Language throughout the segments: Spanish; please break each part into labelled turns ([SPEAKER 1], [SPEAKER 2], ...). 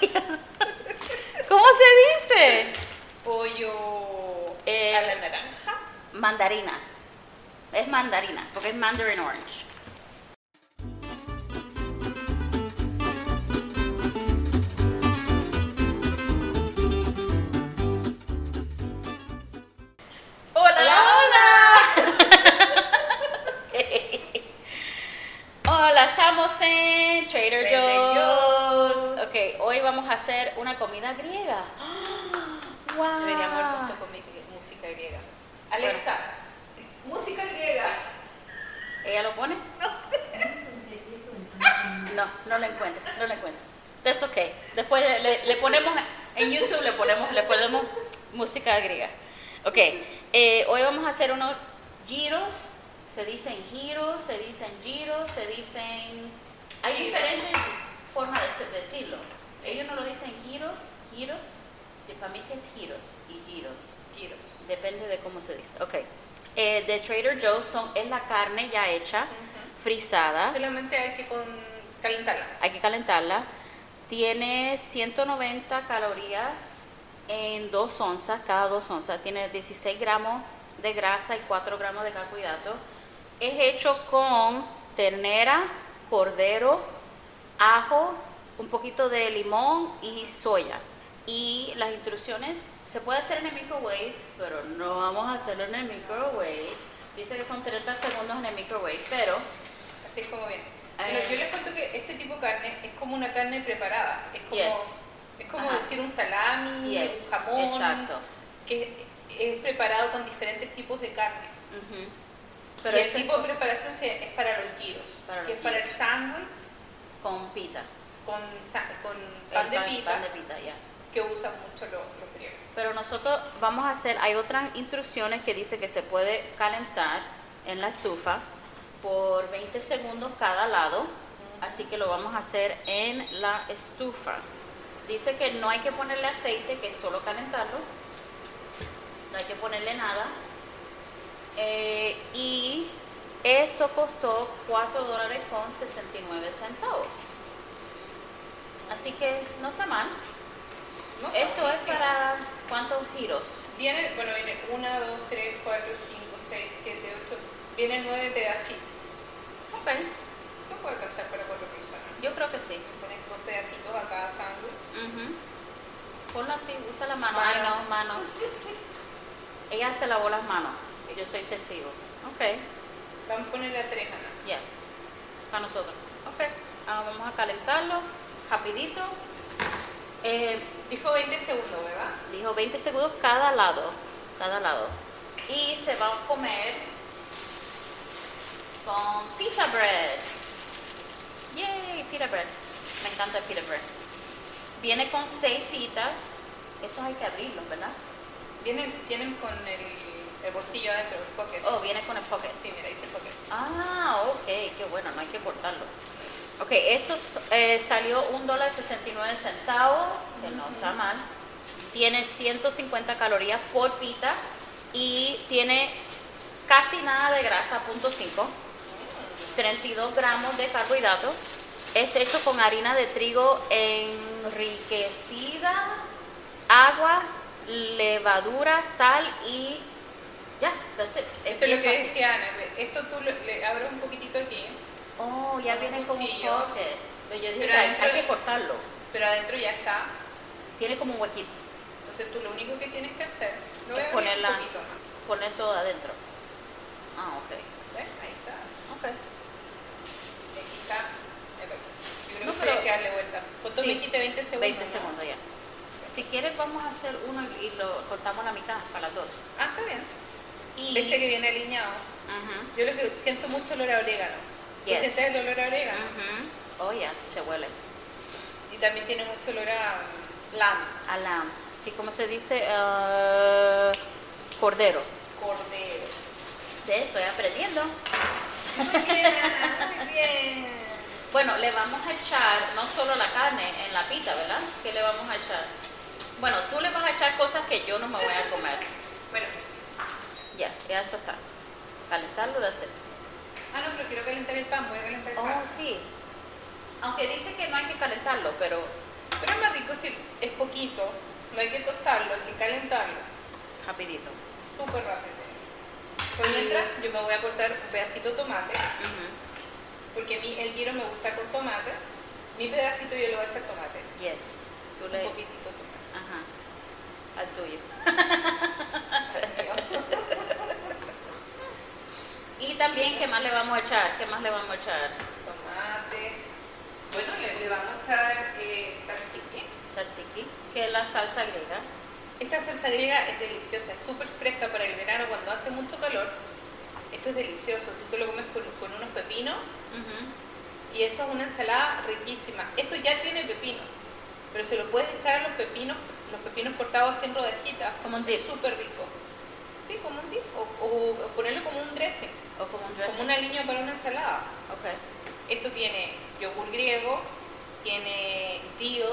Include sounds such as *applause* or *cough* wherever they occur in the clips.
[SPEAKER 1] eh,
[SPEAKER 2] Eh, mandarina. Es mandarina, porque es mandarin orange. Hola, hola. Hola, estamos en Trader,
[SPEAKER 1] Trader
[SPEAKER 2] Joe's.
[SPEAKER 1] Joe's.
[SPEAKER 2] Ok, hoy vamos a hacer una comida griega. *gasps* Wow.
[SPEAKER 1] Deberíamos haber puesto con mi- música griega. Alexa, música griega.
[SPEAKER 2] ¿Ella lo pone?
[SPEAKER 1] *laughs* No sé.
[SPEAKER 2] No, no lo encuentro, no lo encuentro. That's okay. Después le, le- le ponemos, en YouTube le ponemos, le ponemos música griega. Ok, eh, hoy vamos a hacer unos giros. Se dicen giros, se dicen giros, se dicen... Hay
[SPEAKER 1] Giros.
[SPEAKER 2] diferentes formas de se- decirlo.
[SPEAKER 1] Sí.
[SPEAKER 2] Ellos no lo dicen giros, giros. que Para mí que es giros y giros.
[SPEAKER 1] Giros.
[SPEAKER 2] Depende de cómo se dice. Ok. Eh, de Trader Joe's son, es la carne ya hecha, frisada.
[SPEAKER 1] Solamente hay que con- calentarla.
[SPEAKER 2] hay que calentarla. Tiene 190 calorías en 2 onzas, cada 2 onzas. Tiene 16 gramos de grasa y 4 gramos de carbohidrato. Es hecho con ternera, cordero, ajo, un poquito de limón y soya. Y las instrucciones se puede hacer en el microwave, pero no vamos a hacerlo en el microwave. Dice que son 30 segundos en el microwave, pero
[SPEAKER 1] Así es como viene.
[SPEAKER 2] Ah.
[SPEAKER 1] Bueno, yo les cuento que este tipo de carne es como una carne preparada. Es como,
[SPEAKER 2] Yes.
[SPEAKER 1] es como
[SPEAKER 2] Ajá.
[SPEAKER 1] decir un salami,
[SPEAKER 2] Yes,
[SPEAKER 1] un jamón.
[SPEAKER 2] exacto.
[SPEAKER 1] Que es preparado con diferentes tipos de carne.
[SPEAKER 2] Ujú.
[SPEAKER 1] y el
[SPEAKER 2] esto es
[SPEAKER 1] tipo de preparación se- es para los giros.
[SPEAKER 2] Para
[SPEAKER 1] que
[SPEAKER 2] los
[SPEAKER 1] es para el
[SPEAKER 2] giros.
[SPEAKER 1] sándwich
[SPEAKER 2] con pita.
[SPEAKER 1] con, sa- con
[SPEAKER 2] El
[SPEAKER 1] pan de pita
[SPEAKER 2] pan de pita, ya.
[SPEAKER 1] que usan mucho los, los griegos.
[SPEAKER 2] Pero nosotros vamos a hacer, hay otras instrucciones que dice que se puede calentar en la estufa por 20 segundos cada lado, así que lo vamos a hacer en la estufa. Dice que no hay que ponerle aceite, que es solo calentarlo, no hay que ponerle nada. Eh, y esto costó 4 dólares con 69 centavos. Así que no está mal.
[SPEAKER 1] No,
[SPEAKER 2] Esto es
[SPEAKER 1] sí.
[SPEAKER 2] para cuántos giros?
[SPEAKER 1] Viene, bueno, viene 1, 2, 3, 4, 5, 6, 7, 8. Vienen 9 pedacitos.
[SPEAKER 2] Ok,
[SPEAKER 1] No puedo alcanzar para 4 personas.
[SPEAKER 2] yo creo que sí.
[SPEAKER 1] Ponen 2 pedacitos a cada sándwich.
[SPEAKER 2] Ujú. Ponlo así, usa la mano.
[SPEAKER 1] Mano.
[SPEAKER 2] Ay, no, manos. Ella se lavó las manos. Yo soy testigo. Ok,
[SPEAKER 1] *laughs* Vamos a ponerle a 3, Ana.
[SPEAKER 2] ya. Para nosotros. Ok, ahora vamos a calentarlo rapidito. Eh,
[SPEAKER 1] Dijo 20 segundos, ¿verdad?
[SPEAKER 2] dijo 20 segundos cada lado, cada lado. Y se va a comer con pizza bread. Yay, pita bread. Me encanta el pita bread. Viene con seis pitas. Estos hay que abrirlos, ¿verdad?
[SPEAKER 1] Vienen, vienen con el, el bolsillo adentro, el pocket.
[SPEAKER 2] Oh, viene con el pocket.
[SPEAKER 1] Sí, mira, dice pocket.
[SPEAKER 2] Ah, ok, qué bueno, no hay que cortarlo. Ok, esto s- eh, salió un dólar 69 centavos, que no está mal. Tiene 150 calorías por pita y tiene casi nada de grasa, punto 5, 32 gramos de carbohidrato. Es hecho con harina de trigo enriquecida, agua, levadura, sal y ya, that's it. Es
[SPEAKER 1] Esto es
[SPEAKER 2] bien
[SPEAKER 1] lo que
[SPEAKER 2] fácil.
[SPEAKER 1] decía Ana. ve, Esto tú lo- le abres un poquitito aquí,
[SPEAKER 2] Oh, ya viene como un
[SPEAKER 1] Cuchillo.
[SPEAKER 2] pocket. Pero yo dije,
[SPEAKER 1] Pero
[SPEAKER 2] que hay,
[SPEAKER 1] adentro-
[SPEAKER 2] hay que cortarlo.
[SPEAKER 1] pero adentro ya está.
[SPEAKER 2] Tiene como un huequito.
[SPEAKER 1] Entonces tú lo único que tienes que hacer lo voy
[SPEAKER 2] Es
[SPEAKER 1] a abrir
[SPEAKER 2] ponerla-
[SPEAKER 1] un poquito más.
[SPEAKER 2] Poner todo adentro. Ah, ok.
[SPEAKER 1] ¿Ves? Ahí está.
[SPEAKER 2] Ok.
[SPEAKER 1] Y aquí está el otro. Yo creo
[SPEAKER 2] No,
[SPEAKER 1] que
[SPEAKER 2] pero-
[SPEAKER 1] hay que darle vuelta. Foto
[SPEAKER 2] Sí.
[SPEAKER 1] me quita 20 segundos.
[SPEAKER 2] 20
[SPEAKER 1] ¿no?
[SPEAKER 2] segundos ya. Si quieres, vamos a hacer uno y lo cortamos la mitad para las dos.
[SPEAKER 1] Ah, está bien.
[SPEAKER 2] Y.
[SPEAKER 1] Este que viene alineado.
[SPEAKER 2] Ujú,
[SPEAKER 1] Yo lo que siento mucho olor a orégano. ¿Tú
[SPEAKER 2] Yes.
[SPEAKER 1] sientes el olor a orégano?
[SPEAKER 2] ujú. Oh, ya, se huele. Mm.
[SPEAKER 1] Y también tiene mucho olor a
[SPEAKER 2] Lamb. A lamb. Sí, como se dice, Eh, cordero. *laughs*
[SPEAKER 1] cordero.
[SPEAKER 2] Te estoy aprendiendo.
[SPEAKER 1] Muy bien, Ana, muy bien.
[SPEAKER 2] Bueno, le vamos a echar no solo la carne en la pita, ¿verdad? ¿Qué le vamos a echar? Bueno, tú le vas a echar cosas que yo no me voy a comer.
[SPEAKER 1] Bueno,
[SPEAKER 2] Ya, ya eso está. Calentarlo de hacer.
[SPEAKER 1] ah, no, pero quiero calentar el pan. Voy a calentar el
[SPEAKER 2] Oh,
[SPEAKER 1] pan.
[SPEAKER 2] sí. Aunque dice que no hay que calentarlo, pero
[SPEAKER 1] Pero es más rico si es poquito. No hay que tostarlo, hay que calentarlo.
[SPEAKER 2] rapidito.
[SPEAKER 1] Súper rápido. Por mientras, yo me voy a cortar un pedacito de tomate, porque a mí el guiro me gusta con tomate. Mi pedacito yo le voy a echar tomate.
[SPEAKER 2] Ujú, Yes. Tú
[SPEAKER 1] Un
[SPEAKER 2] le...
[SPEAKER 1] poquitito de tomate.
[SPEAKER 2] Ajá. Al tuyo. *laughs* Y también, ¿qué más le vamos a echar? ¿Qué más le vamos a echar?
[SPEAKER 1] Tomate. Bueno, le, le vamos a echar eh, salchichín.
[SPEAKER 2] Tzatziki, que es la salsa griega.
[SPEAKER 1] Esta salsa griega es deliciosa, es súper fresca para el verano cuando hace mucho calor. Esto es delicioso, tú te lo comes con, con unos pepinos
[SPEAKER 2] Ujú,
[SPEAKER 1] y eso es una ensalada riquísima. Esto ya tiene pepino, pero se lo puedes echar a los pepinos, los pepinos cortados así en rodajitas.
[SPEAKER 2] Como un dip.
[SPEAKER 1] Es súper rico. Sí, como un dip, o, o- o ponerlo como un dressing,
[SPEAKER 2] O como un dressing.
[SPEAKER 1] como una línea para una ensalada.
[SPEAKER 2] Ok.
[SPEAKER 1] Esto tiene yogur griego, tiene dill,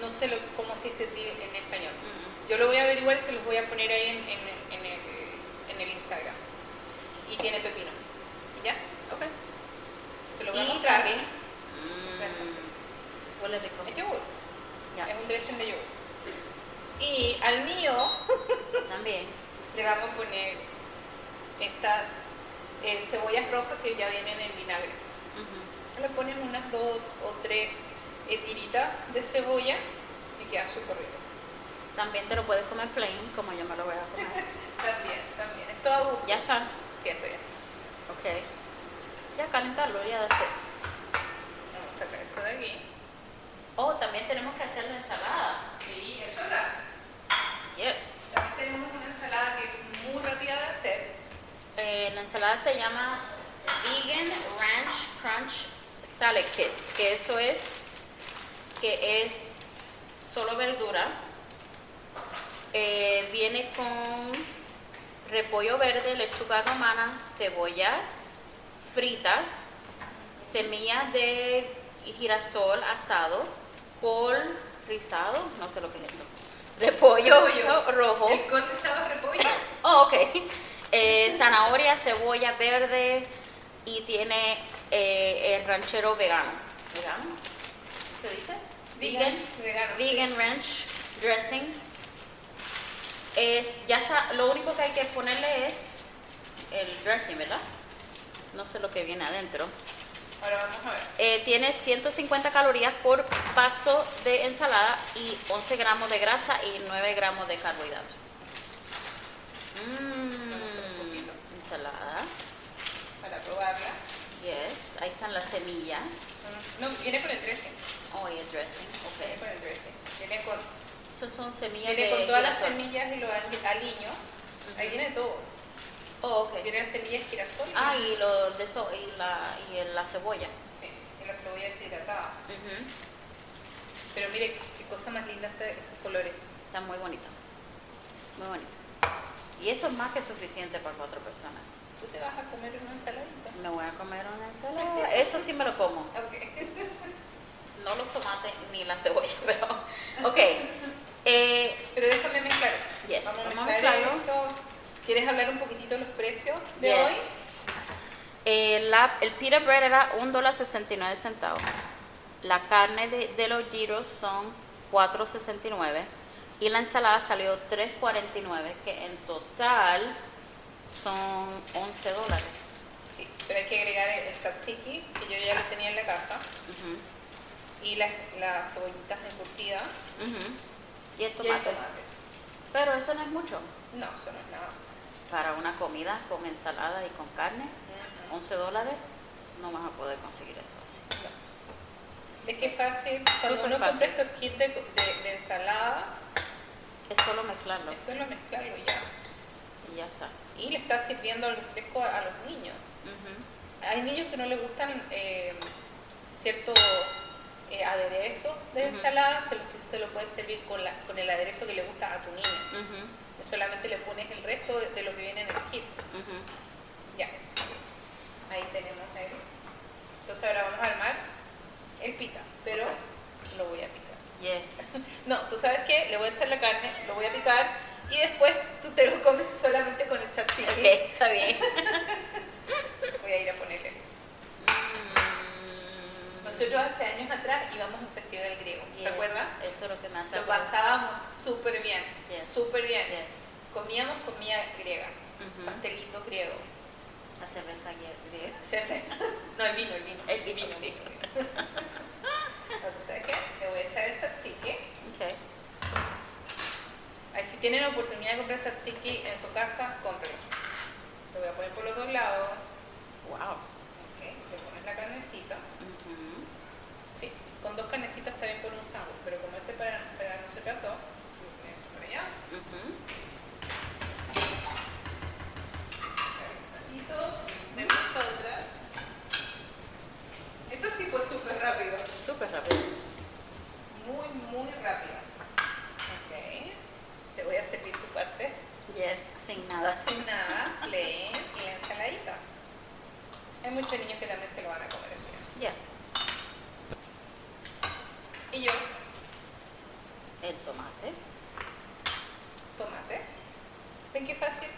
[SPEAKER 1] no sé lo, cómo se dice dill en español.
[SPEAKER 2] Mm.
[SPEAKER 1] Yo lo voy a averiguar y se los voy a poner ahí en, en- en el, en el Instagram. Y tiene pepino. ¿Y ya?
[SPEAKER 2] Ok.
[SPEAKER 1] Te lo voy a
[SPEAKER 2] Y
[SPEAKER 1] mostrar.
[SPEAKER 2] también-
[SPEAKER 1] Eso es así.
[SPEAKER 2] Mm, Huele rico.
[SPEAKER 1] Es yogur.
[SPEAKER 2] Ya,
[SPEAKER 1] Es un dressing de yogur. Y al mío
[SPEAKER 2] también.
[SPEAKER 1] le vamos a poner estas eh, cebollas rojas que ya vienen en vinagre.
[SPEAKER 2] Ujú.
[SPEAKER 1] Le ponen unas dos o tres eh, tiritas de cebolla y queda súper rico.
[SPEAKER 2] También te lo puedes comer plain, como yo me lo voy a *laughs* comer.
[SPEAKER 1] También, también. Esto a gusto.
[SPEAKER 2] ya está.
[SPEAKER 1] Siento ya.
[SPEAKER 2] Ok. Ya calentarlo, ya hacer.
[SPEAKER 1] Vamos a sacar esto de aquí.
[SPEAKER 2] Oh, también tenemos que hacer la ensalada.
[SPEAKER 1] Sí, eso es
[SPEAKER 2] Yes.
[SPEAKER 1] También tenemos una ensalada que es muy rápida de hacer.
[SPEAKER 2] Eh, la ensalada se llama Vegan Ranch Crunch Salad Kit, que eso es, que es solo verdura. Eh, viene con repollo verde, lechuga romana, cebollas fritas, semillas de girasol asado, col rizado, no sé lo que es eso, repollo
[SPEAKER 1] Repollo.
[SPEAKER 2] rojo.
[SPEAKER 1] El con estaba repollo.
[SPEAKER 2] Oh, ok. Eh, zanahoria, cebolla verde y tiene eh, el ranchero vegano. ¿Vegano? ¿Se dice?
[SPEAKER 1] Vegano.
[SPEAKER 2] Vegan ranch dressing. Es, ya está, lo único que hay que ponerle es el dressing, ¿verdad? No sé lo que viene adentro.
[SPEAKER 1] Ahora vamos a ver.
[SPEAKER 2] Eh, tiene 150 calorías por vaso de ensalada y 11 gramos de grasa y 9 gramos de carbohidratos.
[SPEAKER 1] un poquito.
[SPEAKER 2] Mmm, ensalada.
[SPEAKER 1] Para probarla.
[SPEAKER 2] Yes, ahí están las semillas.
[SPEAKER 1] No, viene con el dressing.
[SPEAKER 2] Oh, y el dressing,
[SPEAKER 1] Viene
[SPEAKER 2] ok.
[SPEAKER 1] con el dressing. Viene con,
[SPEAKER 2] Estos son semillas
[SPEAKER 1] viene
[SPEAKER 2] de
[SPEAKER 1] con todas las
[SPEAKER 2] girasol.
[SPEAKER 1] semillas y los al- aliños. Ahí viene todo.
[SPEAKER 2] Oh, ok.
[SPEAKER 1] Viene las semillas girasol. y-
[SPEAKER 2] Ah, y lo de eso, y la, y el- la cebolla.
[SPEAKER 1] Sí, y la cebolla deshidratada.
[SPEAKER 2] Ujú,
[SPEAKER 1] Pero mire qué cosa más linda este- estos colores.
[SPEAKER 2] Está muy bonita. Muy bonita. Y eso es más que suficiente para cuatro personas.
[SPEAKER 1] Tú te vas a comer una ensaladita.
[SPEAKER 2] Me voy a comer una ensalada. Eso sí me lo como.
[SPEAKER 1] Ok. *laughs*
[SPEAKER 2] No los tomates ni la cebolla, *laughs* pero. Ok. Eh,
[SPEAKER 1] Pero déjame mezclar.
[SPEAKER 2] Yes,
[SPEAKER 1] Vamos a
[SPEAKER 2] vamos a
[SPEAKER 1] mezclar
[SPEAKER 2] mezclarlo.
[SPEAKER 1] esto. ¿Quieres hablar un poquitito de los precios de hoy?
[SPEAKER 2] yes. Eh, la- el pita bread era $1.69 centavos. La carne de, de los giros son 4.69 y la ensalada salió 3.49, que en total son 11 dólares.
[SPEAKER 1] Sí, pero hay que agregar el, el tzatziki, que yo ya lo tenía en la casa,
[SPEAKER 2] Ujú,
[SPEAKER 1] y las, las cebollitas encurtidas.
[SPEAKER 2] ujú. Y el
[SPEAKER 1] Y el
[SPEAKER 2] tomate. Pero eso no es mucho.
[SPEAKER 1] No, eso no es nada.
[SPEAKER 2] Para una comida con ensalada y con carne, 11 dólares, no vas a poder conseguir eso así.
[SPEAKER 1] Es que es fácil. Cuando
[SPEAKER 2] Súper
[SPEAKER 1] uno compra
[SPEAKER 2] fácil.
[SPEAKER 1] estos kits de, de- de ensalada,
[SPEAKER 2] Es solo mezclarlo
[SPEAKER 1] es solo mezclarlo ya.
[SPEAKER 2] y ya está.
[SPEAKER 1] Y le está sirviendo el refresco a, a los niños.
[SPEAKER 2] Ujú.
[SPEAKER 1] Hay niños que no les gustan eh, ciertos eh, aderezos de
[SPEAKER 2] Ujú.
[SPEAKER 1] ensalada, se los, se lo puedes servir con, la, con el aderezo que le gusta a tu niño.
[SPEAKER 2] Ujú.
[SPEAKER 1] Solamente le pones el resto de, de lo que viene en el kit.
[SPEAKER 2] Ujú.
[SPEAKER 1] Ya. Ahí tenemos el. Entonces ahora vamos a armar el pita, pero lo voy a picar.
[SPEAKER 2] Yes.
[SPEAKER 1] *laughs* No, tú sabes qué, le voy a echar la carne, lo voy a picar y después tú te lo comes solamente con el tzatziki.
[SPEAKER 2] Ok, está bien.
[SPEAKER 1] Voy a ir a ponerle.
[SPEAKER 2] Mm.
[SPEAKER 1] Nosotros hace años atrás íbamos a un festival griego,
[SPEAKER 2] Yes,
[SPEAKER 1] ¿te acuerdas?
[SPEAKER 2] Eso es lo que me hace
[SPEAKER 1] Lo
[SPEAKER 2] acordar.
[SPEAKER 1] pasábamos súper bien,
[SPEAKER 2] Yes.
[SPEAKER 1] súper bien.
[SPEAKER 2] Yes.
[SPEAKER 1] Comíamos comida griega,
[SPEAKER 2] Ujú.
[SPEAKER 1] pastelitos griegos,
[SPEAKER 2] La cerveza griega.
[SPEAKER 1] Cerveza. No, el vino, el vino.
[SPEAKER 2] El vino.
[SPEAKER 1] el vino. *laughs* No, ¿tú sabes qué? Le voy a echar el tzatziki.
[SPEAKER 2] Okay.
[SPEAKER 1] Ahí si tienen la oportunidad de comprar tzatziki en su casa, cómprenlo. Lo voy a poner por los dos lados.
[SPEAKER 2] Wow.
[SPEAKER 1] Ok, le pones la carnecita. Sí, con dos carnecitas está bien por un sándwich, pero como este para, para nosotras dos, lo pones para allá. Carnecitos de nosotras. Esto sí fue súper rápido.
[SPEAKER 2] Súper rápido.
[SPEAKER 1] Muy, muy rápido. Ok. Te voy a servir tu parte.
[SPEAKER 2] Yes, sin nada.
[SPEAKER 1] Sin nada, plain y la ensaladita. Hay muchos niños que también se lo van a comer así.
[SPEAKER 2] Ya.
[SPEAKER 1] Y yo,
[SPEAKER 2] El tomate.
[SPEAKER 1] tomate. ¿Ven qué fácil?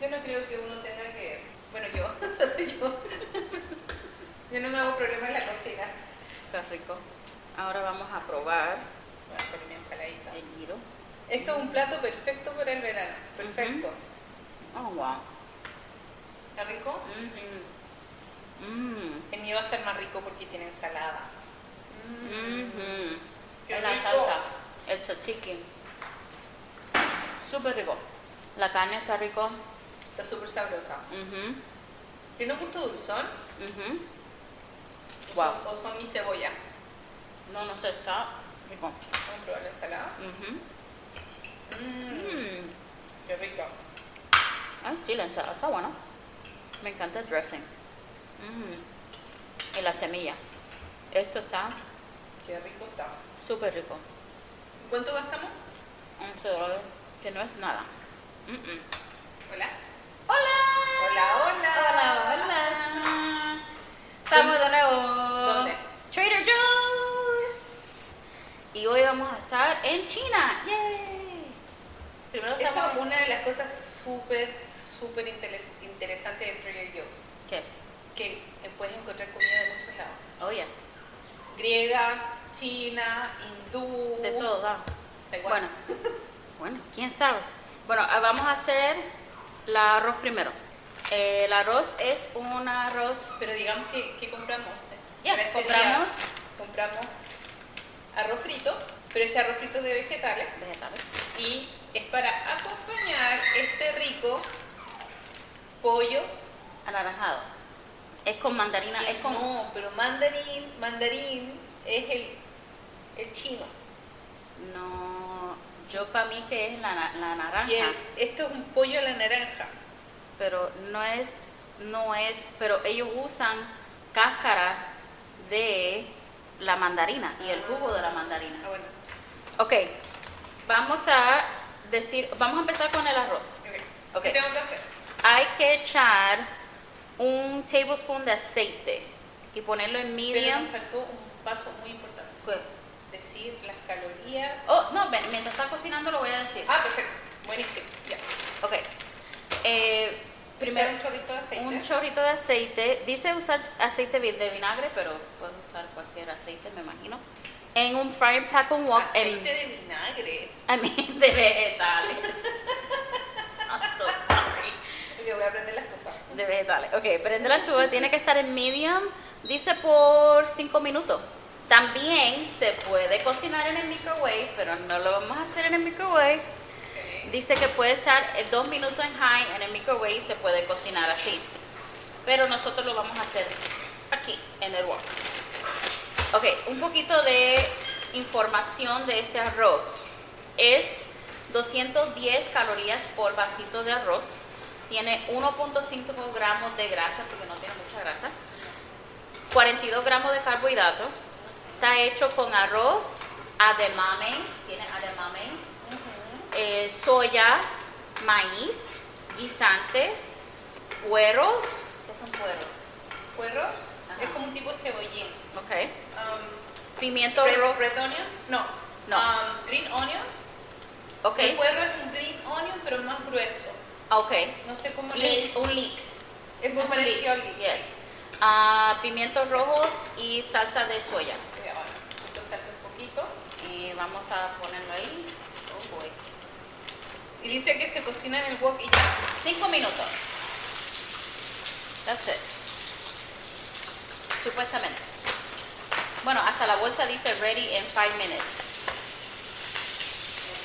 [SPEAKER 1] Yo no creo que uno tenga que. Bueno, yo, *laughs* eso soy yo. yo no me hago problema en la cocina.
[SPEAKER 2] Está rico. Ahora vamos a probar
[SPEAKER 1] Voy a poner mi ensaladita.
[SPEAKER 2] el giro.
[SPEAKER 1] Esto es un plato perfecto para el verano. Perfecto.
[SPEAKER 2] Oh, wow.
[SPEAKER 1] ¿Está rico?
[SPEAKER 2] Mm.
[SPEAKER 1] El mío va a estar más rico porque tiene ensalada.
[SPEAKER 2] Mhm.
[SPEAKER 1] Qué
[SPEAKER 2] En la
[SPEAKER 1] rico.
[SPEAKER 2] salsa, mm. el tzatziki. Súper rico. La carne está rico.
[SPEAKER 1] Está súper sabrosa.
[SPEAKER 2] Mhm,
[SPEAKER 1] ¿Tiene un gusto dulzón?
[SPEAKER 2] mhm.
[SPEAKER 1] ¿O
[SPEAKER 2] Guau.
[SPEAKER 1] son- ¿O son mi cebolla?
[SPEAKER 2] No, no sé, está rico.
[SPEAKER 1] Vamos a probar la ensalada.
[SPEAKER 2] Mhm.
[SPEAKER 1] Mmm,
[SPEAKER 2] Mm.
[SPEAKER 1] qué rico.
[SPEAKER 2] Ay, sí, la ensalada está buena. Me encanta el dressing. Mm. Y la semilla. Esto está
[SPEAKER 1] Qué rico está.
[SPEAKER 2] súper rico.
[SPEAKER 1] ¿Cuánto gastamos?
[SPEAKER 2] 11 dólares, que no es nada. Mm, mm.
[SPEAKER 1] Hola.
[SPEAKER 2] ¡Hola!
[SPEAKER 1] Hola, hola.
[SPEAKER 2] Hola, hola. Estamos de nuevo.
[SPEAKER 1] ¿Dónde?
[SPEAKER 2] Trader Joe's. Y hoy vamos a estar en China. ¡Yay! Primero
[SPEAKER 1] Eso
[SPEAKER 2] estamos
[SPEAKER 1] es una de las cosas súper, súper interes- interesantes de Trader Joe's.
[SPEAKER 2] ¿Qué?
[SPEAKER 1] Que puedes encontrar comida de muchos lados.
[SPEAKER 2] Oye,
[SPEAKER 1] Griega, china, hindú.
[SPEAKER 2] de todo, da.
[SPEAKER 1] Taiwán.
[SPEAKER 2] Bueno, bueno, quién sabe. Bueno, ah, vamos a hacer el arroz primero. Eh, El arroz es un arroz.
[SPEAKER 1] Pero digamos que, que compramos.
[SPEAKER 2] Ya,
[SPEAKER 1] Para este
[SPEAKER 2] compramos
[SPEAKER 1] día, compramos arroz frito, pero este arroz frito de vegetales.
[SPEAKER 2] vegetales.
[SPEAKER 1] Y es para acompañar este rico pollo.
[SPEAKER 2] Anaranjado. Es con mandarina,
[SPEAKER 1] Sí,
[SPEAKER 2] es con.
[SPEAKER 1] No, pero mandarín, mandarín es el, el chino.
[SPEAKER 2] No, yo para mí que es la, na- la naranja,
[SPEAKER 1] Y el- esto es un pollo a la naranja.
[SPEAKER 2] pero no es, no es, pero ellos usan cáscara de la mandarina y el jugo de la
[SPEAKER 1] Ah,
[SPEAKER 2] mandarina.
[SPEAKER 1] bueno.
[SPEAKER 2] Ok, vamos a decir, vamos a empezar con el arroz.
[SPEAKER 1] ok.
[SPEAKER 2] Ok.
[SPEAKER 1] ¿Qué tengo que hacer?
[SPEAKER 2] Hay que echar un tablespoon de aceite y ponerlo en
[SPEAKER 1] Pero
[SPEAKER 2] medium.
[SPEAKER 1] nos faltó un paso muy importante. Decir las calorías.
[SPEAKER 2] Oh, no, ven, mientras está cocinando lo voy a decir.
[SPEAKER 1] Ah, perfecto. Buenísimo. Ya.
[SPEAKER 2] Ok, eh, primero...
[SPEAKER 1] Echar un chorrito de aceite.
[SPEAKER 2] Un chorrito de aceite. Dice usar aceite vi- de vinagre, pero puedes usar cualquier aceite, me imagino. En un frying pan con wok. en-
[SPEAKER 1] aceite de vinagre.
[SPEAKER 2] *laughs* I mean, de vegetales. I'm so sorry.
[SPEAKER 1] Yo voy a aprender las cosas.
[SPEAKER 2] De vegetales. Ok, prende la estufa. Tiene que estar en medium. Dice por 5 minutos. También se puede cocinar en el microwave, pero no lo vamos a hacer en el microwave. Dice que puede estar eh, dos minutos en high en el microwave y se puede cocinar así. Pero nosotros lo vamos a hacer aquí, en el wok. Ok, un poquito de información de este arroz. Es 210 calorías por vasito de arroz. Tiene 1.5 gramos de grasa, así que no tiene mucha grasa. 42 gramos de carbohidratos. Está hecho con arroz, ademame, tiene ademame, eh, soya, maíz, guisantes, pueros. ¿Qué son pueros?
[SPEAKER 1] Puerros.
[SPEAKER 2] Ajá.
[SPEAKER 1] Es como un tipo de cebollín.
[SPEAKER 2] Ok.
[SPEAKER 1] Um,
[SPEAKER 2] Pimiento
[SPEAKER 1] red,
[SPEAKER 2] rojo.
[SPEAKER 1] red onion. No.
[SPEAKER 2] No.
[SPEAKER 1] Um, green onions.
[SPEAKER 2] Ok. Ah,
[SPEAKER 1] El puerro es un green onion, pero más grueso.
[SPEAKER 2] Ok.
[SPEAKER 1] No sé cómo le
[SPEAKER 2] Leek,
[SPEAKER 1] dicen.
[SPEAKER 2] un leek.
[SPEAKER 1] Es muy
[SPEAKER 2] Un
[SPEAKER 1] parecido al
[SPEAKER 2] leek,
[SPEAKER 1] leek.
[SPEAKER 2] Yes. Ah, pimientos rojos y salsa de soya.
[SPEAKER 1] Ya, bueno, esto salta un poquito.
[SPEAKER 2] Y vamos a ponerlo ahí. Oh boy.
[SPEAKER 1] Y dice que se cocina en el wok y ya.
[SPEAKER 2] Cinco minutos. That's it. Supuestamente. Bueno, hasta la bolsa dice ready in five minutes.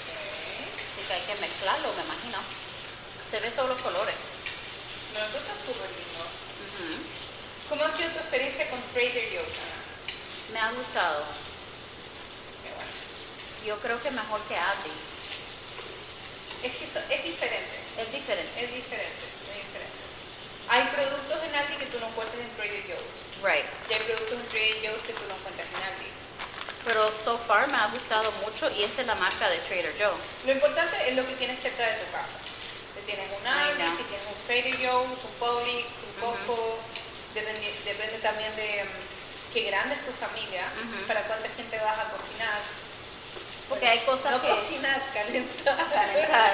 [SPEAKER 1] Ok.
[SPEAKER 2] Así que hay que mezclarlo, me imagino. Se ve todos los colores.
[SPEAKER 1] No, esto está súper lindo.
[SPEAKER 2] Ujú.
[SPEAKER 1] ¿Cómo ha sido tu experiencia con Trader Joe's? Ana?
[SPEAKER 2] Me ha gustado.
[SPEAKER 1] Qué bueno.
[SPEAKER 2] Yo creo que mejor que Aldi.
[SPEAKER 1] Es que so- es diferente.
[SPEAKER 2] Es diferente.
[SPEAKER 1] Es diferente, es diferente. Hay productos en Aldi que tú no encuentras en Trader Joe's.
[SPEAKER 2] Right.
[SPEAKER 1] Y hay productos en Trader Joe's que tú no encuentras en Aldi.
[SPEAKER 2] Pero so far me ha gustado mucho y esta es la marca de Trader Joe's.
[SPEAKER 1] Lo importante es lo que tienes cerca de tu casa. Si tienes un
[SPEAKER 2] Ay,
[SPEAKER 1] Aldi,
[SPEAKER 2] no.
[SPEAKER 1] si tienes un Trader Joe's, un Publix, un Costco. depende, depende también de mm, qué grande es tu familia,
[SPEAKER 2] Ujú.
[SPEAKER 1] para cuánta gente vas a cocinar.
[SPEAKER 2] Porque hay cosas
[SPEAKER 1] no
[SPEAKER 2] que...
[SPEAKER 1] cocinar, calentar.
[SPEAKER 2] calentar.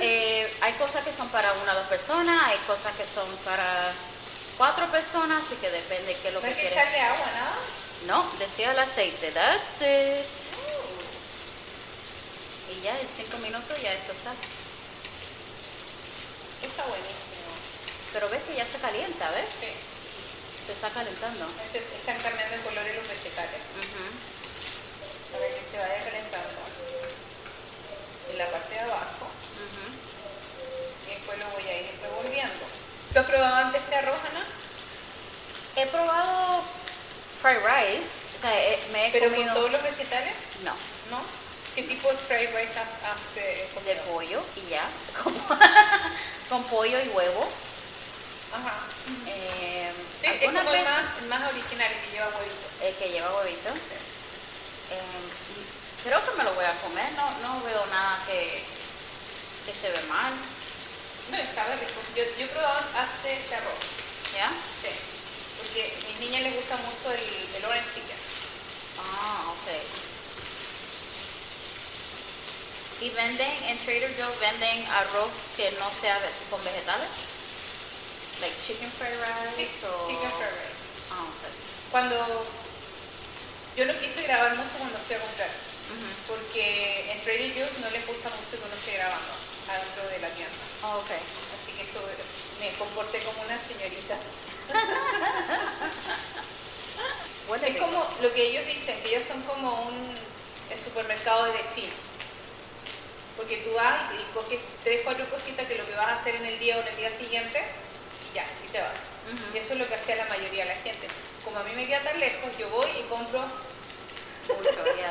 [SPEAKER 2] Eh, hay cosas que son para una o dos personas, hay cosas que son para cuatro personas, así que depende qué es lo
[SPEAKER 1] No
[SPEAKER 2] que
[SPEAKER 1] hay que
[SPEAKER 2] quieres.
[SPEAKER 1] echarle agua, ¿no?
[SPEAKER 2] No, decía el aceite, that's it. Y ya en cinco minutos ya esto está.
[SPEAKER 1] Está buenísimo.
[SPEAKER 2] Pero ves que ya se calienta, ¿ves?
[SPEAKER 1] Sí.
[SPEAKER 2] Se está calentando.
[SPEAKER 1] Este- Están cambiando de colores los vegetales
[SPEAKER 2] Ujú.
[SPEAKER 1] para que se vaya calentando. En la parte de abajo. Y después lo voy a ir revolviendo. ¿Tú has probado antes este arroz, Ana?
[SPEAKER 2] He probado fried rice, o sea, eh, me he
[SPEAKER 1] Pero con
[SPEAKER 2] comido...
[SPEAKER 1] todos los vegetales,
[SPEAKER 2] No,
[SPEAKER 1] ¿no? ¿Qué tipo de fried rice has, has, eh,
[SPEAKER 2] de
[SPEAKER 1] comido?
[SPEAKER 2] pollo y ya, *laughs* como- con pollo y huevo.
[SPEAKER 1] Ajá.
[SPEAKER 2] Eh,
[SPEAKER 1] Sí, es como
[SPEAKER 2] algunas
[SPEAKER 1] el
[SPEAKER 2] veces-
[SPEAKER 1] más, el más original el que lleva huevito.
[SPEAKER 2] el que lleva huevito. Eh, creo que me lo voy a comer, no, no veo nada que, que se ve mal,
[SPEAKER 1] No, estaba rico. Yo, yo he probado antes este arroz.
[SPEAKER 2] ¿ya?
[SPEAKER 1] Sí. Porque a mis niñas les gusta mucho el, el orange chicken.
[SPEAKER 2] Ah, ok. Y venden, en Trader Joe's venden arroz que no sea ve- con vegetales, like chicken fried rice
[SPEAKER 1] Sí,
[SPEAKER 2] o...
[SPEAKER 1] chicken fried rice.
[SPEAKER 2] Ah, ok.
[SPEAKER 1] Cuando yo no quise grabar mucho cuando fui a comprar,
[SPEAKER 2] Ujú.
[SPEAKER 1] porque en Trader Joe's no les gusta mucho que uno esté grabando adentro de la tienda.
[SPEAKER 2] Ah, ok.
[SPEAKER 1] Así que estuve- me comporté como una señorita.
[SPEAKER 2] Huele
[SPEAKER 1] Es
[SPEAKER 2] rico.
[SPEAKER 1] como lo que ellos dicen, que ellos son como un el supermercado de vecino. Porque tú vas y coges tres, cuatro cositas que lo que vas a hacer en el día o en el día siguiente y ya, y te vas.
[SPEAKER 2] Ujú.
[SPEAKER 1] Y eso es lo que hacía la mayoría de la gente. Como a mí me queda tan lejos, yo voy y compro
[SPEAKER 2] Mucho, ya.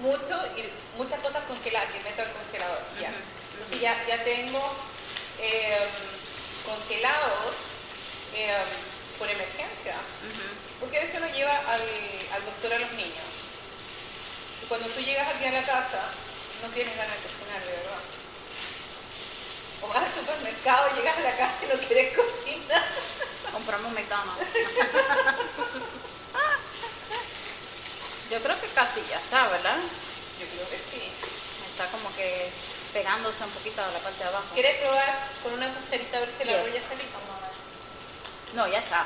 [SPEAKER 1] mucho y muchas cosas congeladas que meto al congelador. ya.
[SPEAKER 2] Ujú,
[SPEAKER 1] Entonces ya, ya tengo eh, congelados eh, por emergencia,
[SPEAKER 2] Ujú.
[SPEAKER 1] porque eso lo lleva al, al doctor a los niños. Y cuando tú llegas aquí a la casa, no tienes ganas de cocinar, de verdad. O vas al supermercado, llegas a la casa y no quieres cocinar.
[SPEAKER 2] Compramos McDonald's.
[SPEAKER 1] *laughs*
[SPEAKER 2] Yo creo que casi ya está, ¿verdad?
[SPEAKER 1] Yo creo que sí.
[SPEAKER 2] Está como que pegándose un poquito a la parte de abajo.
[SPEAKER 1] ¿Quieres probar con una cucharita a ver si la
[SPEAKER 2] Yes.
[SPEAKER 1] voy a salir?
[SPEAKER 2] No, ya está.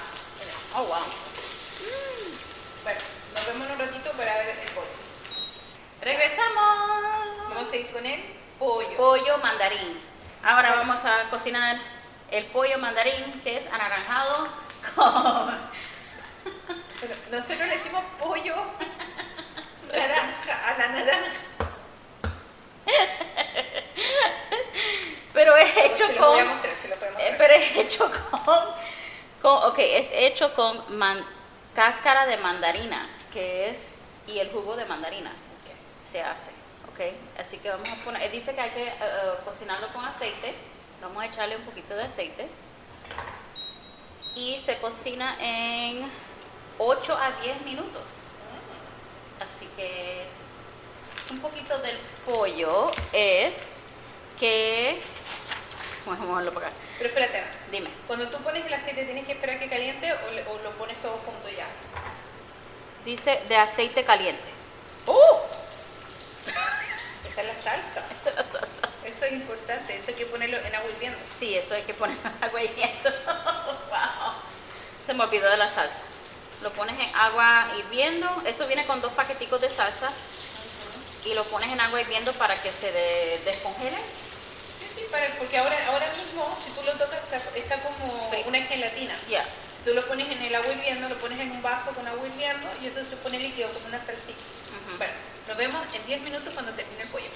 [SPEAKER 2] Oh, wow.
[SPEAKER 1] Bueno, nos vemos en un ratito para ver el pollo.
[SPEAKER 2] Regresamos.
[SPEAKER 1] Vamos a ir con el pollo.
[SPEAKER 2] Pollo mandarín. Ahora vamos a cocinar el pollo mandarín que es anaranjado con...
[SPEAKER 1] Pero Nosotros le decimos pollo *laughs* naranja, a la naranja.
[SPEAKER 2] Pero es hecho
[SPEAKER 1] Se lo voy a
[SPEAKER 2] con...
[SPEAKER 1] mostrar, se lo voy a
[SPEAKER 2] Eh,
[SPEAKER 1] mostrar.
[SPEAKER 2] pero es hecho con, con- ok, es hecho con man- cáscara de mandarina, que es, y el jugo de mandarina
[SPEAKER 1] Ok.
[SPEAKER 2] se hace, ok. Así que vamos a poner, él dice que hay que eh, eh, cocinarlo con aceite, vamos a echarle un poquito de aceite. Y se cocina en 8 a 10 minutos. Así que un poquito del pollo es que, *laughs* vamos a moverlo por acá.
[SPEAKER 1] Pero espérate, Ana.
[SPEAKER 2] Dime.
[SPEAKER 1] cuando tú pones el aceite, ¿tienes que esperar que caliente o, le- o lo pones todo junto ya?
[SPEAKER 2] Dice de aceite caliente.
[SPEAKER 1] ¡Oh! *laughs* Esa es la salsa. Eso es importante, eso hay que ponerlo en agua hirviendo.
[SPEAKER 2] Sí, eso hay que poner *laughs* agua hirviendo. wow. Se me olvidó de la salsa. Lo pones en agua hirviendo. Eso viene con dos paqueticos de salsa. Y lo pones en agua hirviendo para que se de- descongele.
[SPEAKER 1] Sí, sí, para- porque ahora, ahora mismo no, si tú lo tocas está, está como
[SPEAKER 2] Fresco.
[SPEAKER 1] una gelatina.
[SPEAKER 2] Yeah.
[SPEAKER 1] Tú lo pones en el agua hirviendo, lo pones en un vaso con agua hirviendo y eso se pone líquido como una salsita.
[SPEAKER 2] Ujú.
[SPEAKER 1] Bueno, nos vemos en 10 minutos cuando termine el pollo.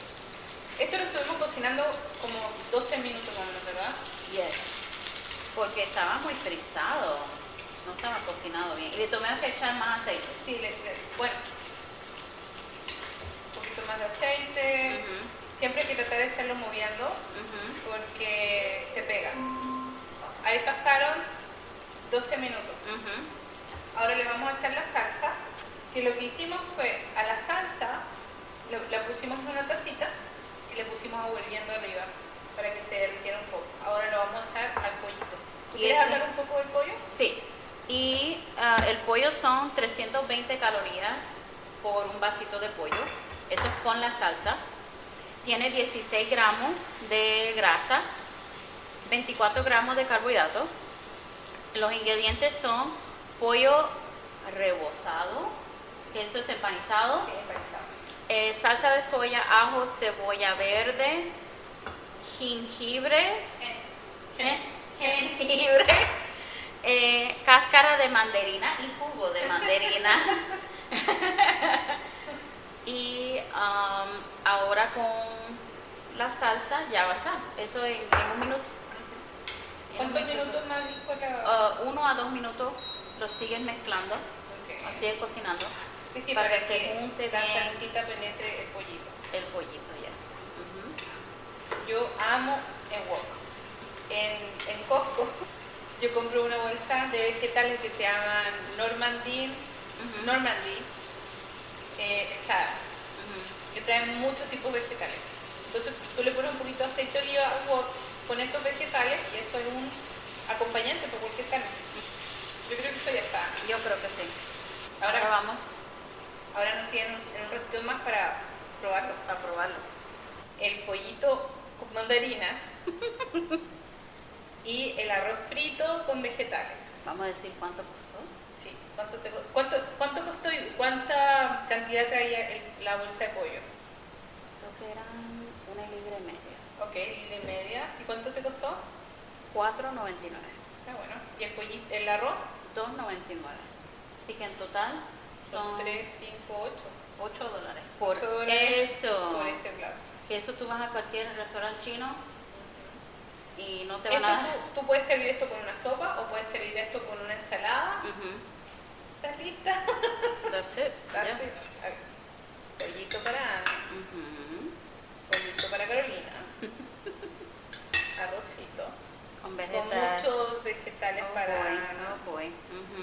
[SPEAKER 1] Esto lo estuvimos cocinando como 12 minutos más o menos, ¿verdad?
[SPEAKER 2] Yes. Porque estaba muy frisado. No estaba cocinado bien. Y le tomé que echar más aceite.
[SPEAKER 1] Sí, le- le- bueno. Un poquito más de aceite.
[SPEAKER 2] Ujú,
[SPEAKER 1] Siempre hay que tratar de estarlo moviendo
[SPEAKER 2] ujú.
[SPEAKER 1] porque se pega. Ahí pasaron 12 minutos.
[SPEAKER 2] Ujú,
[SPEAKER 1] Ahora le vamos a echar la salsa, que lo que hicimos fue a la salsa lo- la pusimos en una tacita y le pusimos agua hirviendo arriba para que se derritiera un poco. Ahora lo vamos a echar al pollito. ¿Tú
[SPEAKER 2] Y
[SPEAKER 1] ¿Quieres
[SPEAKER 2] ese-
[SPEAKER 1] hablar un poco del pollo?
[SPEAKER 2] Sí. Y ah, el pollo son 320 calorías por un vasito de pollo. Eso es con la salsa. Tiene 16 gramos de grasa, 24 gramos de carbohidratos. Los ingredientes son pollo rebozado, queso es empanizado,
[SPEAKER 1] Sí, empanizado.
[SPEAKER 2] eh, salsa de soya, ajo, cebolla verde, jengibre,
[SPEAKER 1] Eh, Gen-
[SPEAKER 2] jengibre, eh, cáscara de mandarina y jugo de mandarina. *laughs* y um, ahora con la salsa ya va a estar. Eso en, en un minuto. En un
[SPEAKER 1] ¿Cuántos
[SPEAKER 2] minuto.
[SPEAKER 1] minutos más dijo la...?
[SPEAKER 2] Ah, uno a dos minutos lo siguen mezclando,
[SPEAKER 1] Ok.
[SPEAKER 2] lo siguen cocinando
[SPEAKER 1] Sí, sí,
[SPEAKER 2] para
[SPEAKER 1] para,
[SPEAKER 2] que
[SPEAKER 1] que,
[SPEAKER 2] se junte
[SPEAKER 1] la
[SPEAKER 2] bien.
[SPEAKER 1] salsita penetre el pollito.
[SPEAKER 2] el pollito ya. Ujú.
[SPEAKER 1] Yo amo en wok. En, en Costco *laughs* yo compro una bolsa de vegetales que se llaman Normandie,
[SPEAKER 2] Ujú.
[SPEAKER 1] Normandie eh, Star,
[SPEAKER 2] Ujú.
[SPEAKER 1] que traen muchos tipos de vegetales. Entonces tú le pones un poquito de aceite de oliva al wok con estos vegetales y eso es un acompañante para cualquier carne. Yo creo que esto ya está.
[SPEAKER 2] Yo creo que sí. Ahora,
[SPEAKER 1] Ahora,
[SPEAKER 2] vamos
[SPEAKER 1] ahora nos siguen en un- en un ratito más para probarlo.
[SPEAKER 2] a probarlo.
[SPEAKER 1] el pollito con mandarina *laughs* y el arroz frito con vegetales.
[SPEAKER 2] Vamos a decir cuánto costó.
[SPEAKER 1] Sí. ¿Cuánto, te co- cuánto, cuánto costó y cuánta cantidad traía el- la bolsa de pollo?
[SPEAKER 2] Creo que eran una libra y media.
[SPEAKER 1] Ok, libra y media. ¿Y cuánto te costó?
[SPEAKER 2] 4.99.
[SPEAKER 1] Está bueno. ¿Y el, pollito, el arroz?
[SPEAKER 2] 2.99. Así que en total son
[SPEAKER 1] Son 3, 5, 8
[SPEAKER 2] 8 dólares. Por
[SPEAKER 1] Ocho dólares
[SPEAKER 2] esto.
[SPEAKER 1] por este plato.
[SPEAKER 2] Que eso tú vas a cualquier restaurante chino y no te van
[SPEAKER 1] Esto
[SPEAKER 2] a dar.
[SPEAKER 1] tú, tú puedes servir esto con una sopa o puedes servir esto con una ensalada.
[SPEAKER 2] Ujú.
[SPEAKER 1] ¿Estás
[SPEAKER 2] *laughs*
[SPEAKER 1] lista?
[SPEAKER 2] That's it.
[SPEAKER 1] That's
[SPEAKER 2] Yeah.
[SPEAKER 1] it. A ver. Pollito para Ana.
[SPEAKER 2] Ujú.
[SPEAKER 1] Pollito para Carolina.
[SPEAKER 2] *laughs*
[SPEAKER 1] Arrocito.
[SPEAKER 2] Con
[SPEAKER 1] Con
[SPEAKER 2] vegetales.
[SPEAKER 1] muchos vegetales
[SPEAKER 2] Oh,
[SPEAKER 1] para
[SPEAKER 2] boy.
[SPEAKER 1] Ana
[SPEAKER 2] Oh, boy. Ujú.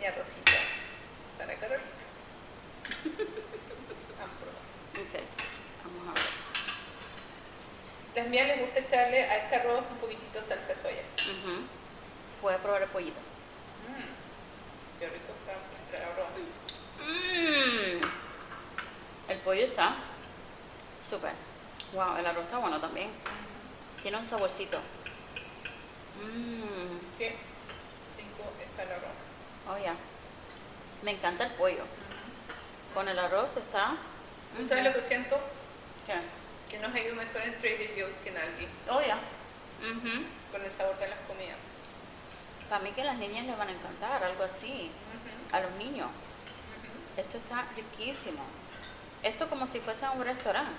[SPEAKER 1] y arrocito para
[SPEAKER 2] *laughs*
[SPEAKER 1] Carolina. Vamos a probar.
[SPEAKER 2] Ok. Vamos a ver.
[SPEAKER 1] Las mías les gusta echarle a este arroz un poquitito de salsa de soya.
[SPEAKER 2] Ujú. Voy a probar el pollito.
[SPEAKER 1] Mm, Qué rico está el arroz.
[SPEAKER 2] Mm. El pollo está súper. Wow, el arroz está bueno también. Tiene un saborcito. Mm.
[SPEAKER 1] Qué rico está el arroz.
[SPEAKER 2] Oh, yeah. Me encanta el pollo. Con el arroz está.
[SPEAKER 1] ¿Tú sabes lo que siento?
[SPEAKER 2] ¿Qué?
[SPEAKER 1] Que nos ha ido mejor en Trader Joe's que en Aldi,
[SPEAKER 2] Oh, yeah. Ujú.
[SPEAKER 1] con el sabor de las comidas.
[SPEAKER 2] Para mí que a las niñas les van a encantar, algo así. A los niños. Esto está riquísimo. Esto como si fuese un restaurante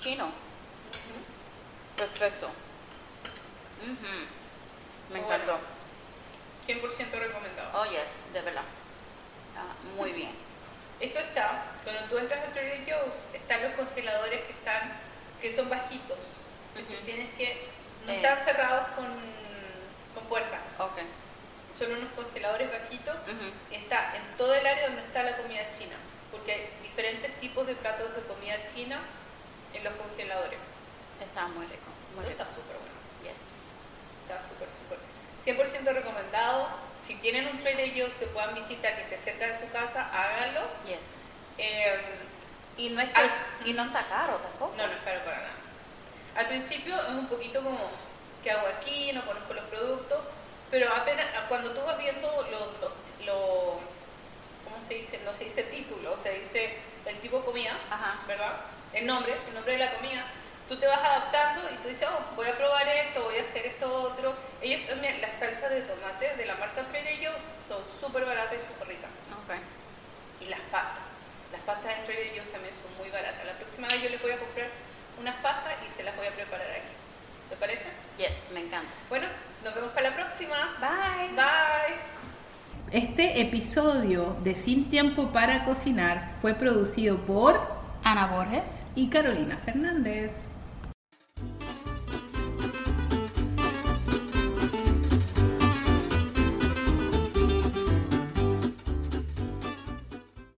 [SPEAKER 2] chino. Perfecto. Ujú. Me
[SPEAKER 1] Bueno.
[SPEAKER 2] encantó.
[SPEAKER 1] 100% recomendado.
[SPEAKER 2] Oh, yes, de verdad. Ah, muy bien.
[SPEAKER 1] Esto está, cuando tú entras a Trader Joe's, están los congeladores que están, que son bajitos. que tú
[SPEAKER 2] Ujú.
[SPEAKER 1] Tienes que, no
[SPEAKER 2] Eh.
[SPEAKER 1] están cerrados con, con puerta,
[SPEAKER 2] Ok.
[SPEAKER 1] son unos congeladores bajitos.
[SPEAKER 2] Ujú.
[SPEAKER 1] Y está en todo el área donde está la comida china, porque hay diferentes tipos de platos de comida china en los congeladores.
[SPEAKER 2] Está muy rico. Muy
[SPEAKER 1] Esto
[SPEAKER 2] rico.
[SPEAKER 1] está súper bueno,
[SPEAKER 2] Yes.
[SPEAKER 1] está súper, súper. 100% recomendado. Si tienen un Trader Joe's que puedan visitar, que esté cerca de su casa, háganlo.
[SPEAKER 2] Yes.
[SPEAKER 1] Em,
[SPEAKER 2] Y no, está,
[SPEAKER 1] Ay.
[SPEAKER 2] y Ah. no está caro tampoco.
[SPEAKER 1] No, no es caro para nada. Al principio es un poquito como, ¿qué hago aquí? No conozco los productos, pero apenas cuando tú vas viendo los, los- los- ¿cómo se dice? No se dice título, se dice el tipo de comida,
[SPEAKER 2] Ajá.
[SPEAKER 1] ¿verdad? El nombre, el nombre de la comida. tú te vas adaptando y tú dices, oh, voy a probar esto, voy a hacer esto otro. Ellos también, las salsas de tomate de la marca Trader Joe's son súper baratas y súper ricas.
[SPEAKER 2] Ok.
[SPEAKER 1] Y las pastas. Las pastas de Trader Joe's también son muy baratas. La próxima vez yo les voy a comprar unas pastas y se las voy a preparar aquí. ¿Te parece?
[SPEAKER 2] Yes, me encanta.
[SPEAKER 1] Bueno, nos vemos para la próxima.
[SPEAKER 2] Bye.
[SPEAKER 1] Bye.
[SPEAKER 3] Este episodio de Sin Tiempo para Cocinar fue producido por
[SPEAKER 2] Ana Borges.
[SPEAKER 3] y Carolina Fernández.